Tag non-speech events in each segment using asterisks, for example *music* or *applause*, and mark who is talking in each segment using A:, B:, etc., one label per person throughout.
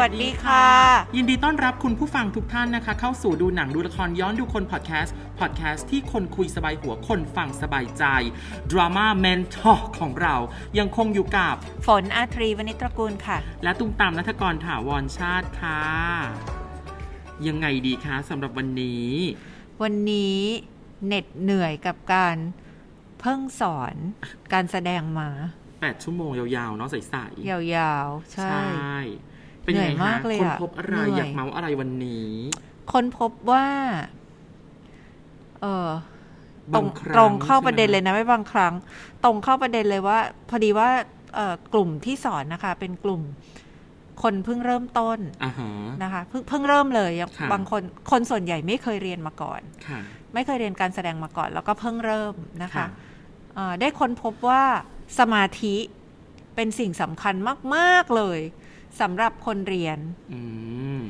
A: วัสดีค่ะ
B: ยินดีต้อนรับคุณผู้ฟังทุกท่านนะคะ เข้าสู่ดูหนังดูละครย้อนดูคนพอดแคสต์พอดแคสต์ที่คนคุยสบายหัวคนฟังสบายใจดราม่าแมนทอของเรายังคงอยู่กับ
A: ฝนอาทรีวณิชตระกูลค่ะ
B: และตุ้มตามนัทกรถาวรชาติค่ะ ยังไงดีคะสำหรับวันนี้
A: วันนี้เหน็ดเหนื่อยกับการเพิ่งสอนการแสดงมา
B: 8 ชั่วโมงยาวๆ เนาะใสๆ
A: ยาวๆ ใช่
B: เป็นยังไง
A: เหนื่อยมา
B: คะ
A: กเลย
B: คน
A: อะ
B: พบอะไร
A: เหนื่อย
B: อยากเมาอะไรวันนี้
A: ค้นพบว่า เออ ตร
B: บาง งครั้
A: ตรงเข้าประเด็นเลย
B: ใช่ไหม
A: นะไม่บางครั้ง ตรงเข้าประเด็นเลยว่า พอดีว่าเอ่อกลุ่มที่สอนนะคะ เป็นกลุ่ม คนเพิ่งเริ่มต้น
B: อ่าฮะ
A: นะคะเพิ่งเพิ่งเริ่มเลยยัง
B: ค่ะ
A: บางคนคนส่วนใหญ่ไม่เคยเรียนมาก่อน
B: ค่ะ
A: ไม่เคยเรียนการแสดงมาก่อน แล้วก็เพิ่งเริ่มนะคะ
B: ค่ะ
A: เอ่อได้ค้นพบว่าสมาธิเป็นสิ่งสำคัญมาก ๆ เลยสำหรับคนเรียน
B: อืม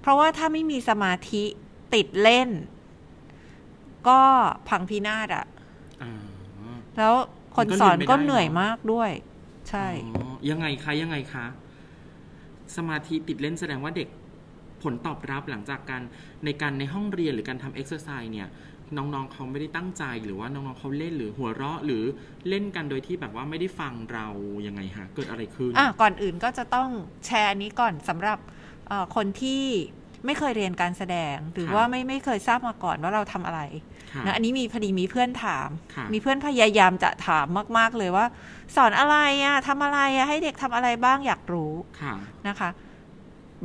A: เพราะว่าถ้าไม่มีสมาธิติดเล่น ก็พังพินาศอะ
B: อ่า
A: แล้วคนสอน
B: มันก็เรียนไม่
A: ก็
B: ได้
A: เหนื่อยมากด้วย ใช่
B: อ๋อยังไงคะยังไงคะ สมาธิติดเล่นแสดงว่าเด็กผลตอบรับหลังจากการในการในห้องเรียนหรือการทำเอ็กซ์ไซส์เนี่ย น้องๆเขาไม่ได้ตั้งใจหรือว่าน้องๆเขาเล่นหรือหัวเราะหรือเล่นกันโดยที่แบบว่าไม่ได้ฟังเรายังไงฮะเกิดอะไรขึ้น
A: อ่ะก่อนอื่นก็จะต้องแชร์อันนี้ก่อนสำหรับเอ่อคนที่ไม่เคยเรียนการแสดง หรือว่าไม่ไม่เคยทราบมาก่อนว่าเราทำอะไร
B: ค่ะ
A: นะอันนี้มีพอดีมีเพื่อนถาม
B: ค่ะ
A: มีเพื่อนพยายามจะถามมาก ๆ เลยว่า สอนอะไรอะ่ะทำอะไรอะ่ะให้เด็กทำอะไรบ้างอยากรู้
B: ค่ะ
A: นะคะ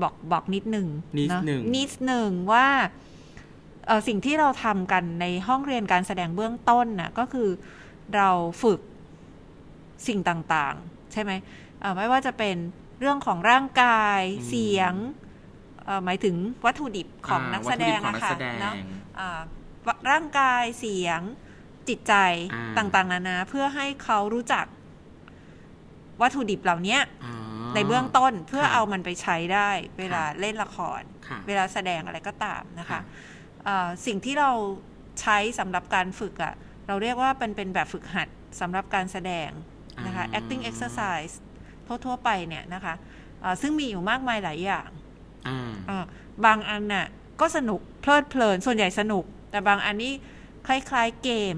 A: บอกบอกนิดหนึ่ง
B: นิด
A: เอะ
B: หนึ่ง
A: นิดหนึ่งว่าเอ่อสิ่งที่เราทำกันในห้องเรียนการแสดงเบื้องต้นน่ะก็คือเราฝึกสิ่งต่างๆ ใช่ไหมเอ่อไม่ว่าจะเป็นเรื่องของร่างกายเสียงเอ่อหมายถึงวัตถุดิบของนักแสดง
B: อ่าวัตถุบของนัก
A: อะค่ะ
B: แสดง
A: เนาะ อ่าร่างกายเสียงจิตใจ
B: อ่า
A: ต่างๆ นานาเพื่อให้เขารู้จักวัตถุดิบเหล่าเนี้ย
B: อ๋อ
A: ในเบื้องต้นเพื่อ
B: ค่ะ
A: เอามันไปใช้ได้ เวลา
B: ค่ะ
A: เล่นละคร
B: ค่ะ
A: เวลาแสดงอะไรก็ตามนะ
B: ค่ะ
A: คะอ่าสิ่งที่เราใช้สำหรับการฝึกอะ่ะเราเรียกว่าเป็นเป็นแบบฝึกหัดสำหรับการแสดงนะคะ
B: อ่า
A: acting exercise ทั่วๆไปเนี่ยนะคะอ่าซึ่งมีอยู่มากมายหลายอย่าง
B: อ่า
A: อ่ะบางอันน่ะก็สนุกเพลิดเพลินส่วนใหญ่สนุก แต่บางอันนี่คล้ายๆเกม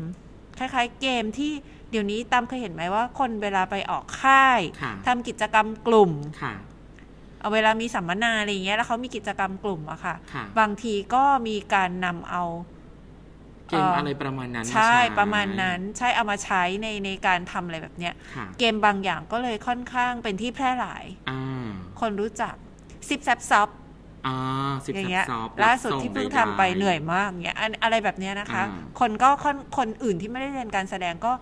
A: คล้ายๆเกมที่เดี๋ยวนี้ตามเคยเห็นไหมว่า คนเวลาไปออกค่าย
B: ค่ะ
A: ทำกิจกรรมกลุ่ม
B: ค่ะ
A: เอาเวลามีสัมมนาอะไรอย่างเงี้ยแล้วเขามีกิจกรรมกลุ่มอะค่ะ
B: ค่ะ
A: บางทีก็มีการนำเอา
B: เกมอะไรประมาณนั้นมา
A: ใช่ประมาณนั้นใช่เอามาใช้ในในการทำอะไรแบบเนี้ย
B: ค่ะ
A: เกมบางอย่างก็เลยค่อนข้างเป็นที่แพร่หลาย
B: อ่า
A: คนรู้จักซิปแซบซอบ
B: อ่าสิบ
A: อย่าง
B: สับ
A: เงี้ย
B: ซอบ
A: ล่าสุด
B: รับง
A: ที่เพิ่ง
B: ใๆ
A: ทำไปเหนื่อยมากเงี้ยอันอะไรแบบเนี้ยนะคะ
B: อ่า
A: คนก็ค่อนคนอื่นที่ไม่ได้เรียนการแสดงก็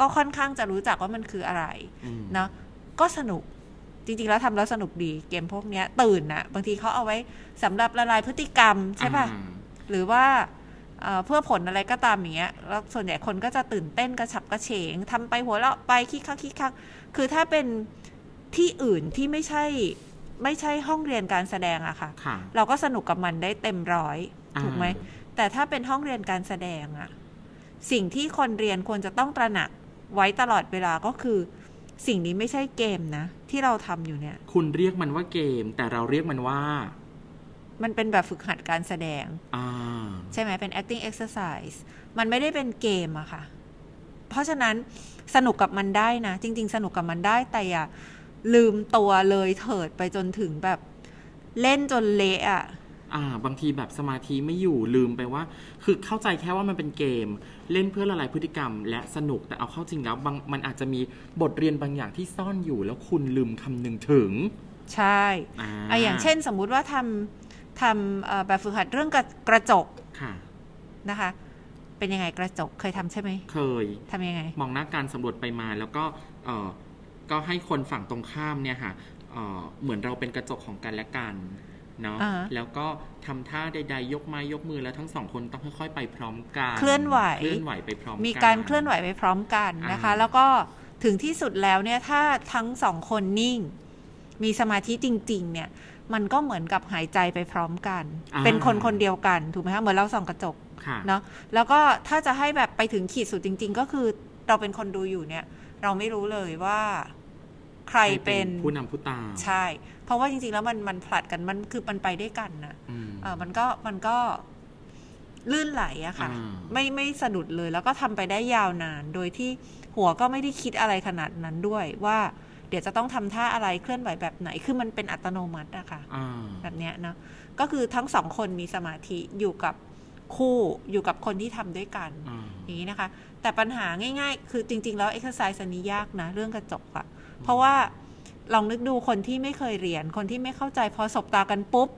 A: ก็ค่อนข้างจะรู้จักว่ามันคืออะไร
B: อืม
A: เนาะก็สนุกจริงๆแล้วทำแล้วสนุกดีเกมพวกเนี้ยตื่นนะบางทีเขาเอาไว้สำหรับละลายพฤติกรรมใช่ป่ะ
B: อ่า
A: หรือว่าเอ่อเพื่อผลอะไรก็ตามอย่างเงี้ยแล้วส่วนใหญ่คนก็จะตื่นเต้นกระฉับกระเฉงทำไปหัวเราะไปคิกคักคิกคักคือถ้าเป็นที่อื่นที่ไม่ใช่ไม่ใช่ห้องเรียนการแสดงอะค่ะ
B: ค่ะ
A: เราก็สนุกกับมันได้เต็มร้อย ถูกไหม
B: อ่า
A: แต่ถ้าเป็นห้องเรียนการแสดงอะสิ่งที่คนเรียนควรจะต้องตระหนักไว้ตลอดเวลาก็คือ สิ่งนี้ไม่ใช่เกมนะ ที่เราทำอยู่เนี่ย
B: คุณเรียกมันว่าเกม แต่เราเรียกมันว่า
A: มันเป็นแบบฝึกหัดการแสดง
B: อ่า
A: ใช่ไหมเป็น acting exercise มันไม่ได้เป็นเกมอะค่ะ เพราะฉะนั้นสนุกกับมันได้นะ จริง ๆ สนุกกับมันได้แต่อย่าลืมตัวเลยเถิดไปจนถึงแบบเล่นจนเละอะ
B: อ่า บางทีแบบสมาธิไม่อยู่ลืมไปว่า คือเข้าใจแค่ว่ามันเป็นเกม เล่นเพื่อละลายพฤติกรรม และสนุกแต่เอาเข้าจริงแล้วบางมันอาจจะมีบทเรียนบางอย่างที่ซ่อนอยู่ แล้วคุณลืมคำนึงถึง
A: ใช่
B: อ่า
A: อะอย่างเช่นสมมุติว่าทำทำเอ่อแบบฝึกหัดเรื่องกระกระจก
B: ค่ะ
A: นะคะ เป็นยังไงกระจกเคยทำใช่ไหม
B: เคย
A: ทำยังไง
B: มองหน้าการสำรวจไปมาแล้วก็เออก็ให้คนฝั่งตรงข้ามเนี่ยค่ะเอ่อเหมือนเราเป็นกระจกของกันและกันเนาะ
A: อ่าฮะ
B: แล้วก็ทำท่าใดๆ ยกไม้ยกมือแล้วทั้งสองคนต้องค่อยๆไปพร้อมกัน
A: เคลื่อนไหว
B: เคลื่อนไหวไปพร้อมกัน
A: มีการเคลื่อนไหวไปพร้อมกันนะคะ
B: อ่า
A: แล้วก็ถึงที่สุดแล้วเนี่ยถ้าทั้งสองคนนิ่ง มีสมาธิจริง ๆ เนี่ย มันก็เหมือนกับหายใจไปพร้อมกัน เป็นคนคนเดียวกันถูกไหมคะเหมือนเราส่องกระจก
B: ค่ะ
A: เนาะแล้วก็ถ้าจะให้แบบไปถึงขีดสุดจริง ๆ ก็คือเราเป็นคนดูอยู่เนี่ย เราไม่รู้เลยว่า ใครเป็น
B: ผู้นำผู้ตาม
A: ใช่ เพราะว่าจริงๆแล้วมันมันผลัดกันมันคือมันไปด้วยกันนะ
B: อืม
A: เออมันก็มันก็ลื่นไหลอะค่ะ
B: อ่า
A: ไม่ไม่สะดุดเลยแล้วก็ทำไปได้ยาวนาน โดยที่หัวก็ไม่ได้คิดอะไรขนาดนั้นด้วยว่า เดี๋ยวจะต้องทำท่าอะไรเคลื่อนไหวแบบไหนคือมันเป็นอัตโนมัติอะค่ะ
B: อ่า
A: แบบเนี้ยเนอะก็คือทั้งสองคนมีสมาธิอยู่กับคู่อยู่กับคนที่ทำด้วยกัน
B: อ่า
A: อย่างนี้นะคะ แต่ปัญหาง่าย ๆ คือจริง ๆ แล้วเอ็กซ์ไซส์นี้ยากนะ เรื่องกระจกอะเพราะว่าลองนึกดูคนที่ไม่เคยเรียน คนที่ไม่เข้าใจพอสบตากันปุ๊บ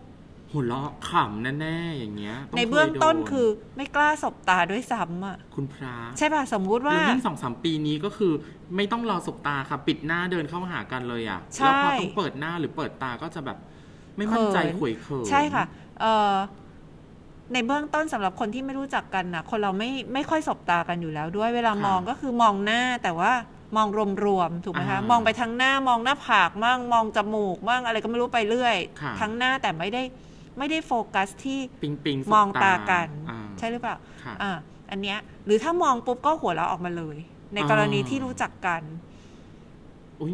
B: หัวเราะขำแน่ๆอย่างเงี้ย
A: ในเบื้องต้นคือ อไม่กล้าสบตาด้วยซ้ำอะ
B: คุณพระ
A: ใช่ป่ะ สมมุติว่า
B: แล้วยิ่งสองสามปีนี้ก็คือไม่ต้องรอสบตาค่ะ ปิดหน้าเดินเข้าหากันเลยอะ่ะ
A: ใช่
B: แล้วพอต้องเปิดหน้าหรือเปิดตาก็จะแบบ ไม่มั่นใจ
A: เขิน
B: ขวยเขิน
A: ใช่ค่ะเอ่อในเบื้องต้นสำหรับคนที่ไม่รู้จักกันนะคนเราไม่ไม่ค่อยสบตากันอยู่แล้วด้วยเวลามองก็คือมองหน้าแต่ว่ามองรวมๆถูกไหมคะมองไปทางหน้ามองหน้าผากมั่งมองจมูกมั่งอะไรก็ไม่รู้ไปเรื่อย
B: ค่ะ
A: ทั้งหน้าแต่ไม่ได้ไม่ได้โฟกัสที่
B: ปิงปิงสบ
A: มองตากัน
B: อ่า
A: ใช่หรือเปล่า
B: ค่ะ
A: อ่าอันเนี้ยหรือถ้ามองปุ๊บก็หัวเราะออกมาเลย ในกรณีที่รู้จักกัน
B: อุ้ย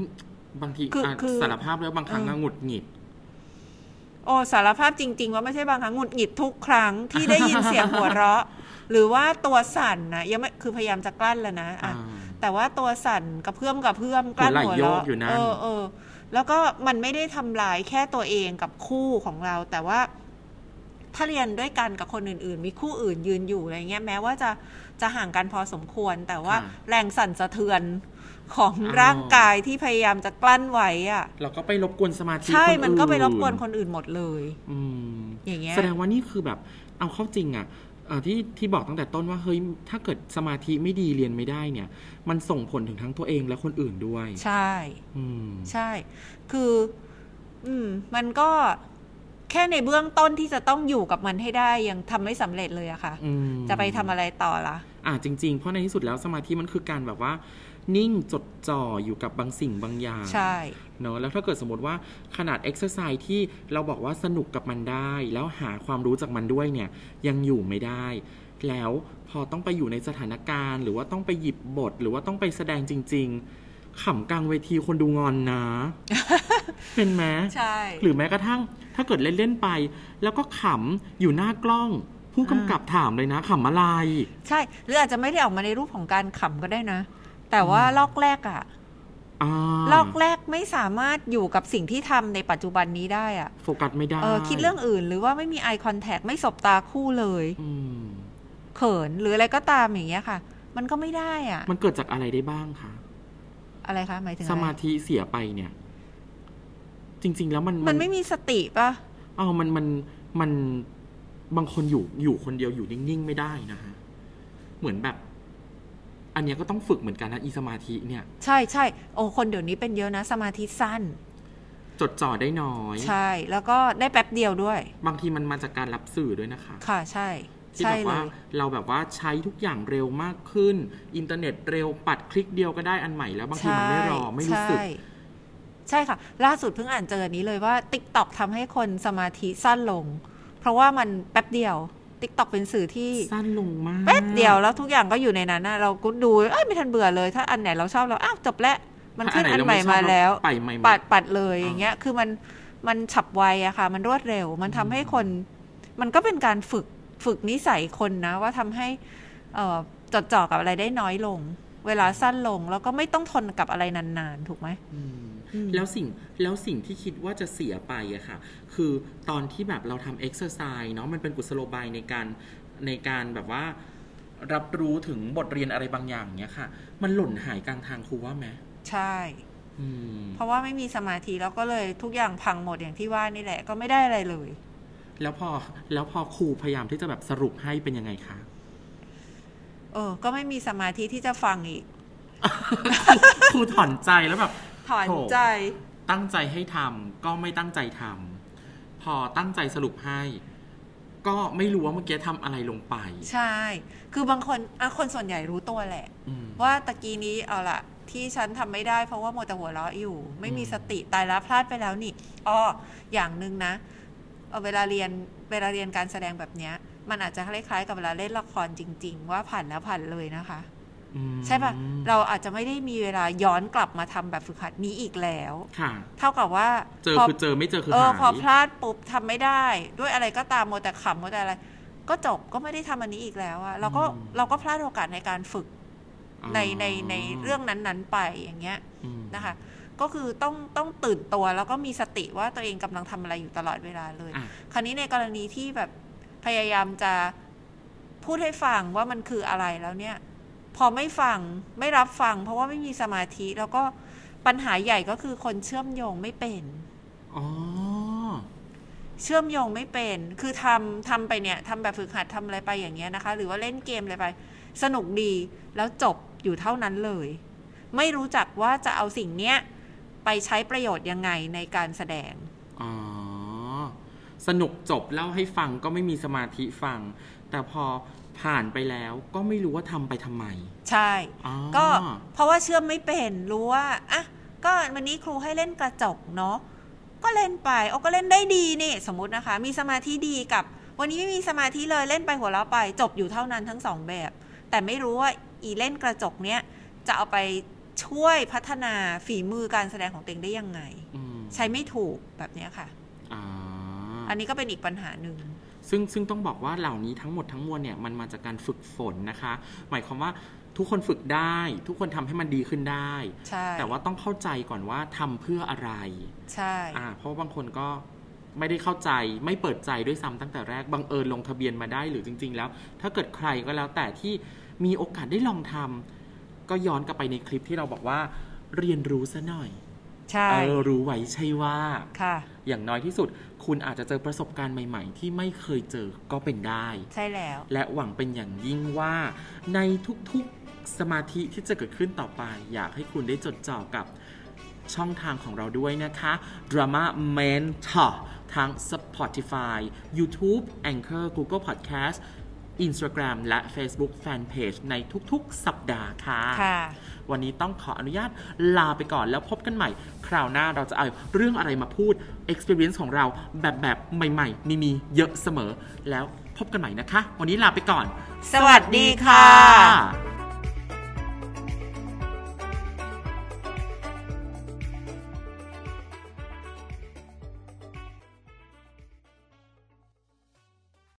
B: บางที
A: คือ
B: อ่ะ
A: คือ
B: สารภาพแล้วบางครั้ง
A: เออ
B: ก็หงุดหงิด
A: โอ้สารภาพจริง ๆ ว่าไม่ใช่บางครั้งหงุดหงิดทุกครั้งที่ได้ยินเสียงหัวเราะ หรือว่าตัวสั่นนะยังไม่คือพยายามจะกลั้นแล้วนะ
B: อ่า
A: อ่ะแต่ว่าตัวสั่นกระเพื่อมกระเพื่อมกลั้นหั
B: หั
A: ว
B: วไหล่โย
A: เราะ
B: กอยู่นั่น
A: เออเออแล้วก็มันไม่ได้ทำลายแค่ตัวเองกับคู่ของเรา แต่ว่า ถ้าเรียนด้วยกันกับคนอื่น ๆ มีคู่อื่นยืนอยู่อะไรเงี้ยแม้ว่าจะจะห่างกันพอสมควร แต่ว่าแรงสั่นสะเทือนของร่างกายที่พยายามจะกลั้นไว้อะ
B: เราก็ไปรบกวนสมาธิ
A: ใช่
B: คอื่
A: มันก็ไปรบกวนคนอื่นหมดเลย
B: อืม
A: อย่างเงี้ย
B: แสดงว่านี่คือแบบเอาเข้าจริงอะเอ่ะที่ที่บอกตั้งแต่ต้นว่าเฮ้ยถ้าเกิดสมาธิไม่ดีเรียนไม่ได้เนี่ย มันส่งผลถึงทั้งตัวเองและคนอื่นด้วย
A: ใช่
B: อืม
A: ใช่ คือ อืม มันก็แค่ในเบื้องต้นที่จะต้องอยู่กับมันให้ได้ยังทำไม่สำเร็จเลยอะค่ะ
B: อืม
A: จะไปทำอะไรต่อละ
B: อ่าจริง ๆ เพราะในที่สุดแล้วสมาธิมันคือการแบบว่า นิ่งจดจ่ออยู่กับบางสิ่งบางอย่าง
A: ใช่
B: เนาะแล้วถ้าเกิดสมมติว่าขนาดเอ็กซ์ไซส์ที่เราบอกว่าสนุกกับมันได้ แล้วหาความรู้จากมันด้วยเนี่ย ยังอยู่ไม่ได้ แล้วพอต้องไปอยู่ในสถานการณ์ หรือว่าต้องไปหยิบบท หรือว่าต้องไปแสดงจริง ๆขำกลางเวทีคนดูงอน
A: *laughs*
B: นะ เป็นไหม
A: ใช่
B: หรือแม้กระทั่ง ถ้าเกิดเล่น ๆ ไป แล้วก็ขำอยู่หน้ากล้อง ผู้กำกับถามเลยนะขำอะไร
A: ใช่ หรืออาจจะไม่ได้ออกมาในรูปของการขำก็ได้นะ แต่ว่าลอกแรกอะ
B: อ่า
A: ลอกแรกไม่สามารถอยู่กับสิ่งที่ทำในปัจจุบันนี้ได้อะ
B: โฟกัสไม่ได้
A: เออคิดเรื่องอื่น หรือว่าไม่มี eye contact ไม่สบตาคู่เลย
B: อืม
A: เขิน หรืออะไรก็ตามอย่างเงี้ยค่ะ มันก็ไม่ได้อะ
B: มันเกิดจากอะไรได้บ้างคะ
A: อะไรคะ หมายถึง
B: ส
A: อะไร
B: มาธิเสียไปเนี่ย จริง ๆ แล้วมัน
A: มันไม่มีสติปะ
B: เอ้ามันมันมันบางคนอยู่อยู่คนเดียวอยู่นิ่ง ๆ ไม่ได้นะฮะ เหมือนแบบ อันเนี้ยก็ต้องฝึกเหมือนกันนะอีสมาธิเนี่ย
A: ใช่ใช่โอ้คนเดี๋ยวนี้เป็นเยอะนะ สมาธิสั้น
B: จดจ่อได้น้อย
A: ใช่ แล้วก็ได้แป๊บเดียวด้วย
B: บางทีมันมาจากการรับสื่อด้วยนะคะ
A: ค่ะใช่
B: ที่
A: ใช่
B: แบบ
A: เล
B: ว่าย เราแบบว่าใช้ทุกอย่างเร็วมากขึ้น อินเทอร์เน็ตเร็วปัดคลิกเดียวก็ได้อันใหม่แล้วบางทีมันไม่รอไม่รู้สึก
A: ใช่ใช่ค่ะ ล่าสุดเพิ่งอ่านเจออันนี้เลยว่า t ิ k t o k ทำให้คนสมาธิสั้นลง เพราะว่ามันแป๊บเดียว t ิ k t o k เป็นสื่อที่
B: สั้นลงมาก
A: แป๊บเดียวแล้วทุกอย่างก็อยู่ในนั้นนะเราก็ดูเอ้ยไม่ทันเบื่อเลย ถ้าอันไหนเราชอบเราอ้าวจบแล้วมันขึ้นอันใหม่มาแล้ว
B: ไปใหม่
A: ปั
B: มา
A: ดปัดเลยอย่างเงี้ย คือมันมันฉับไวอะค่ะ มันรวดเร็ว มันทำให้คน มันก็เป็นการฝึกฝึกนิสัยคนนะ ว่าทำให้เอ่อจดจ่อกับอะไรได้น้อยลง เวลาสั้นลงแล้วก็ไม่ต้องทนกับอะไรนานๆ ถูกไหม
B: อืม
A: อืม
B: แล้วสิ่งแล้วสิ่งที่คิดว่าจะเสียไปอะค่ะ คือตอนที่แบบเราทำเอ็กซ์เซอร์ไซส์เนาะมันเป็นกุศโลบายในการในการแบบว่า รับรู้ถึงบทเรียนอะไรบางอย่างเนี้ยค่ะ มันหล่นหายกลางทางครูว่าไหม
A: ใช่
B: อืม
A: เพราะว่าไม่มีสมาธิแล้วก็เลยทุกอย่างพังหมดอย่างที่ว่านี่แหละ ก็ไม่ได้อะไรเลย
B: แล้วพอแล้วพอครูพยายามที่จะแบบสรุปให้เป็นยังไงคะ
A: เออ ก็ไม่มีสมาธิที่จะฟังอีก
B: ครูถอนใจแล้วแบบ
A: ถอนใจ
B: ตั้งใจให้ทำก็ไม่ตั้งใจทำพอตั้งใจสรุปให้ ก็ไม่รู้ว่าเมื่อกี้ทำอะไรลงไป
A: ใช่ คือบางคนอ่ะคนส่วนใหญ่รู้ตัวแหละ
B: อืม
A: ว่าตะกี้นี้เอาละที่ฉันทำไม่ได้เพราะว่าโมวแต่หัวเราะอยู่ ไม่มี
B: อืม
A: สติตายแล้วพลาดไปแล้วนี่อ้ออย่างหนึ่งนะเอ่อเวลาเรียนเวลาเรียนการแสดงแบบเนี้ย มันอาจจะคล้ายๆกับเวลาเล่นละครจริง ๆ ว่าผ่านแล้วผ่านเลยนะคะ
B: อืม
A: ใช่ปะเราอาจจะไม่ได้มีเวลาย้อนกลับมาทำแบบฝึกหัดนี้อีกแล้ว
B: ค่ะ
A: เท่ากับว่า
B: เจอ
A: พอ
B: คือเจอไม่เจอคือ
A: เออ
B: หา
A: พอย พลาดปุ๊บทำไม่ได้ ด้วยอะไรก็ตามมัวแต่ขำมัวแต่อะไร ก็จบก็ไม่ได้ทำอันนี้อีกแล้วอะเราก็เราก็พลาดโอกาสในการฝึก
B: อ๋อ
A: ในในในเรื่องนั้นๆไปอย่างเงี้ย
B: อืม
A: นะคะ ก็คือต้องต้องตื่นตัวแล้วก็มีสติว่าตัวเองกำลังทำอะไรอยู่ตลอดเวลาเลย
B: อ่ะ
A: คราวนี้ในกรณีที่แบบพยายามจะพูดให้ฟังว่ามันคืออะไรแล้วเนี่ย พอไม่ฟังไม่รับฟัง เพราะว่าไม่มีสมาธิ แล้วก็ปัญหาใหญ่ก็คือคนเชื่อมโยงไม่เป็น
B: อ๋อ
A: เชื่อมโยงไม่เป็น คือทำทำไปเนี่ยทำแบบฝึกหัดทำอะไรไปอย่างเงี้ยนะคะ หรือว่าเล่นเกมอะไรไป สนุกดีแล้วจบอยู่เท่านั้นเลย ไม่รู้จักว่าจะเอาสิ่งเนี้ยไปใช้ประโยชน์ยังไงในการแสดง
B: อ๋อ สนุกจบเล่าให้ฟังก็ไม่มีสมาธิฟัง แต่พอผ่านไปแล้วก็ไม่รู้ว่าทำไปทำไม
A: ใช่
B: อ๋อ
A: ก็เพราะว่าเชื่อมไม่เป็นรู้ว่าอ่ะก็วันนี้ครูให้เล่นกระจกเนาะก็เล่นไปโอ้ก็เล่นได้ดีนี่สมมตินะคะ มีสมาธิดีกับ วันนี้ไม่มีสมาธิเลยเล่นไปหัวเราะไป จบอยู่เท่านั้นทั้งสองแบบ แต่ไม่รู้ว่าอีเล่นกระจกเนี้ยจะเอาไปช่วยพัฒนาฝีมือการแสดงของตัวเองได้ยังไง
B: อืม
A: ใช้ไม่ถูกแบบเนี้ยค่ะ
B: อ่า
A: อันนี้ก็เป็นอีกปัญหาหนึ่ง
B: ซึ่งซึ่งต้องบอกว่าเหล่านี้ทั้งหมดทั้งมวลเนี่ยมันมาจากการฝึกฝนนะคะ หมายความว่าทุกคนฝึกได้ ทุกคนทำให้มันดีขึ้นได้
A: ใช่
B: แต่ว่าต้องเข้าใจก่อนว่าทำเพื่ออะไร
A: ใช่
B: อ่าเพราะว่าบางคนก็ไม่ได้เข้าใจไม่เปิดใจด้วยซ้ำตั้งแต่แรกบังเอิญลงทะเบียนมาได้หรือจริง ๆ แล้ว ถ้าเกิดใครก็แล้วแต่ที่มีโอกาสได้ลองทำก็ย้อนกลับไปในคลิปที่เราบอกว่า เรียนรู้ซะหน่อย
A: ใช่
B: เออรู้ไว้ใช่ว่า
A: ค่ะ
B: อย่างน้อยที่สุด คุณอาจจะเจอประสบการณ์ใหม่ ๆ ที่ไม่เคยเจอก็เป็นได้
A: ใช่แล้ว
B: และหวังเป็นอย่างยิ่งว่าในทุกๆสมาธิที่จะเกิดขึ้นต่อไป อยากให้คุณได้จดจ่อกับช่องทางของเราด้วยนะคะ Drama Mentor ทาง Spotify YouTube Anchor Google Podcast Instagram และ Facebook Fanpage ในทุกๆ สัปดาห์ค่ะ
A: ค่ะ
B: วันนี้ต้องขออนุญาตลาไปก่อนแล้วพบกันใหม่ คราวหน้าเราจะเอาเรื่องอะไรมาพูด experience ของเราแบบแบบๆใหม่ ๆ มีมีเยอะเสมอ แล้วพบกันใหม่นะคะ วันนี้ลาไปก่อน
A: สวัสดีค่ะ
B: ะ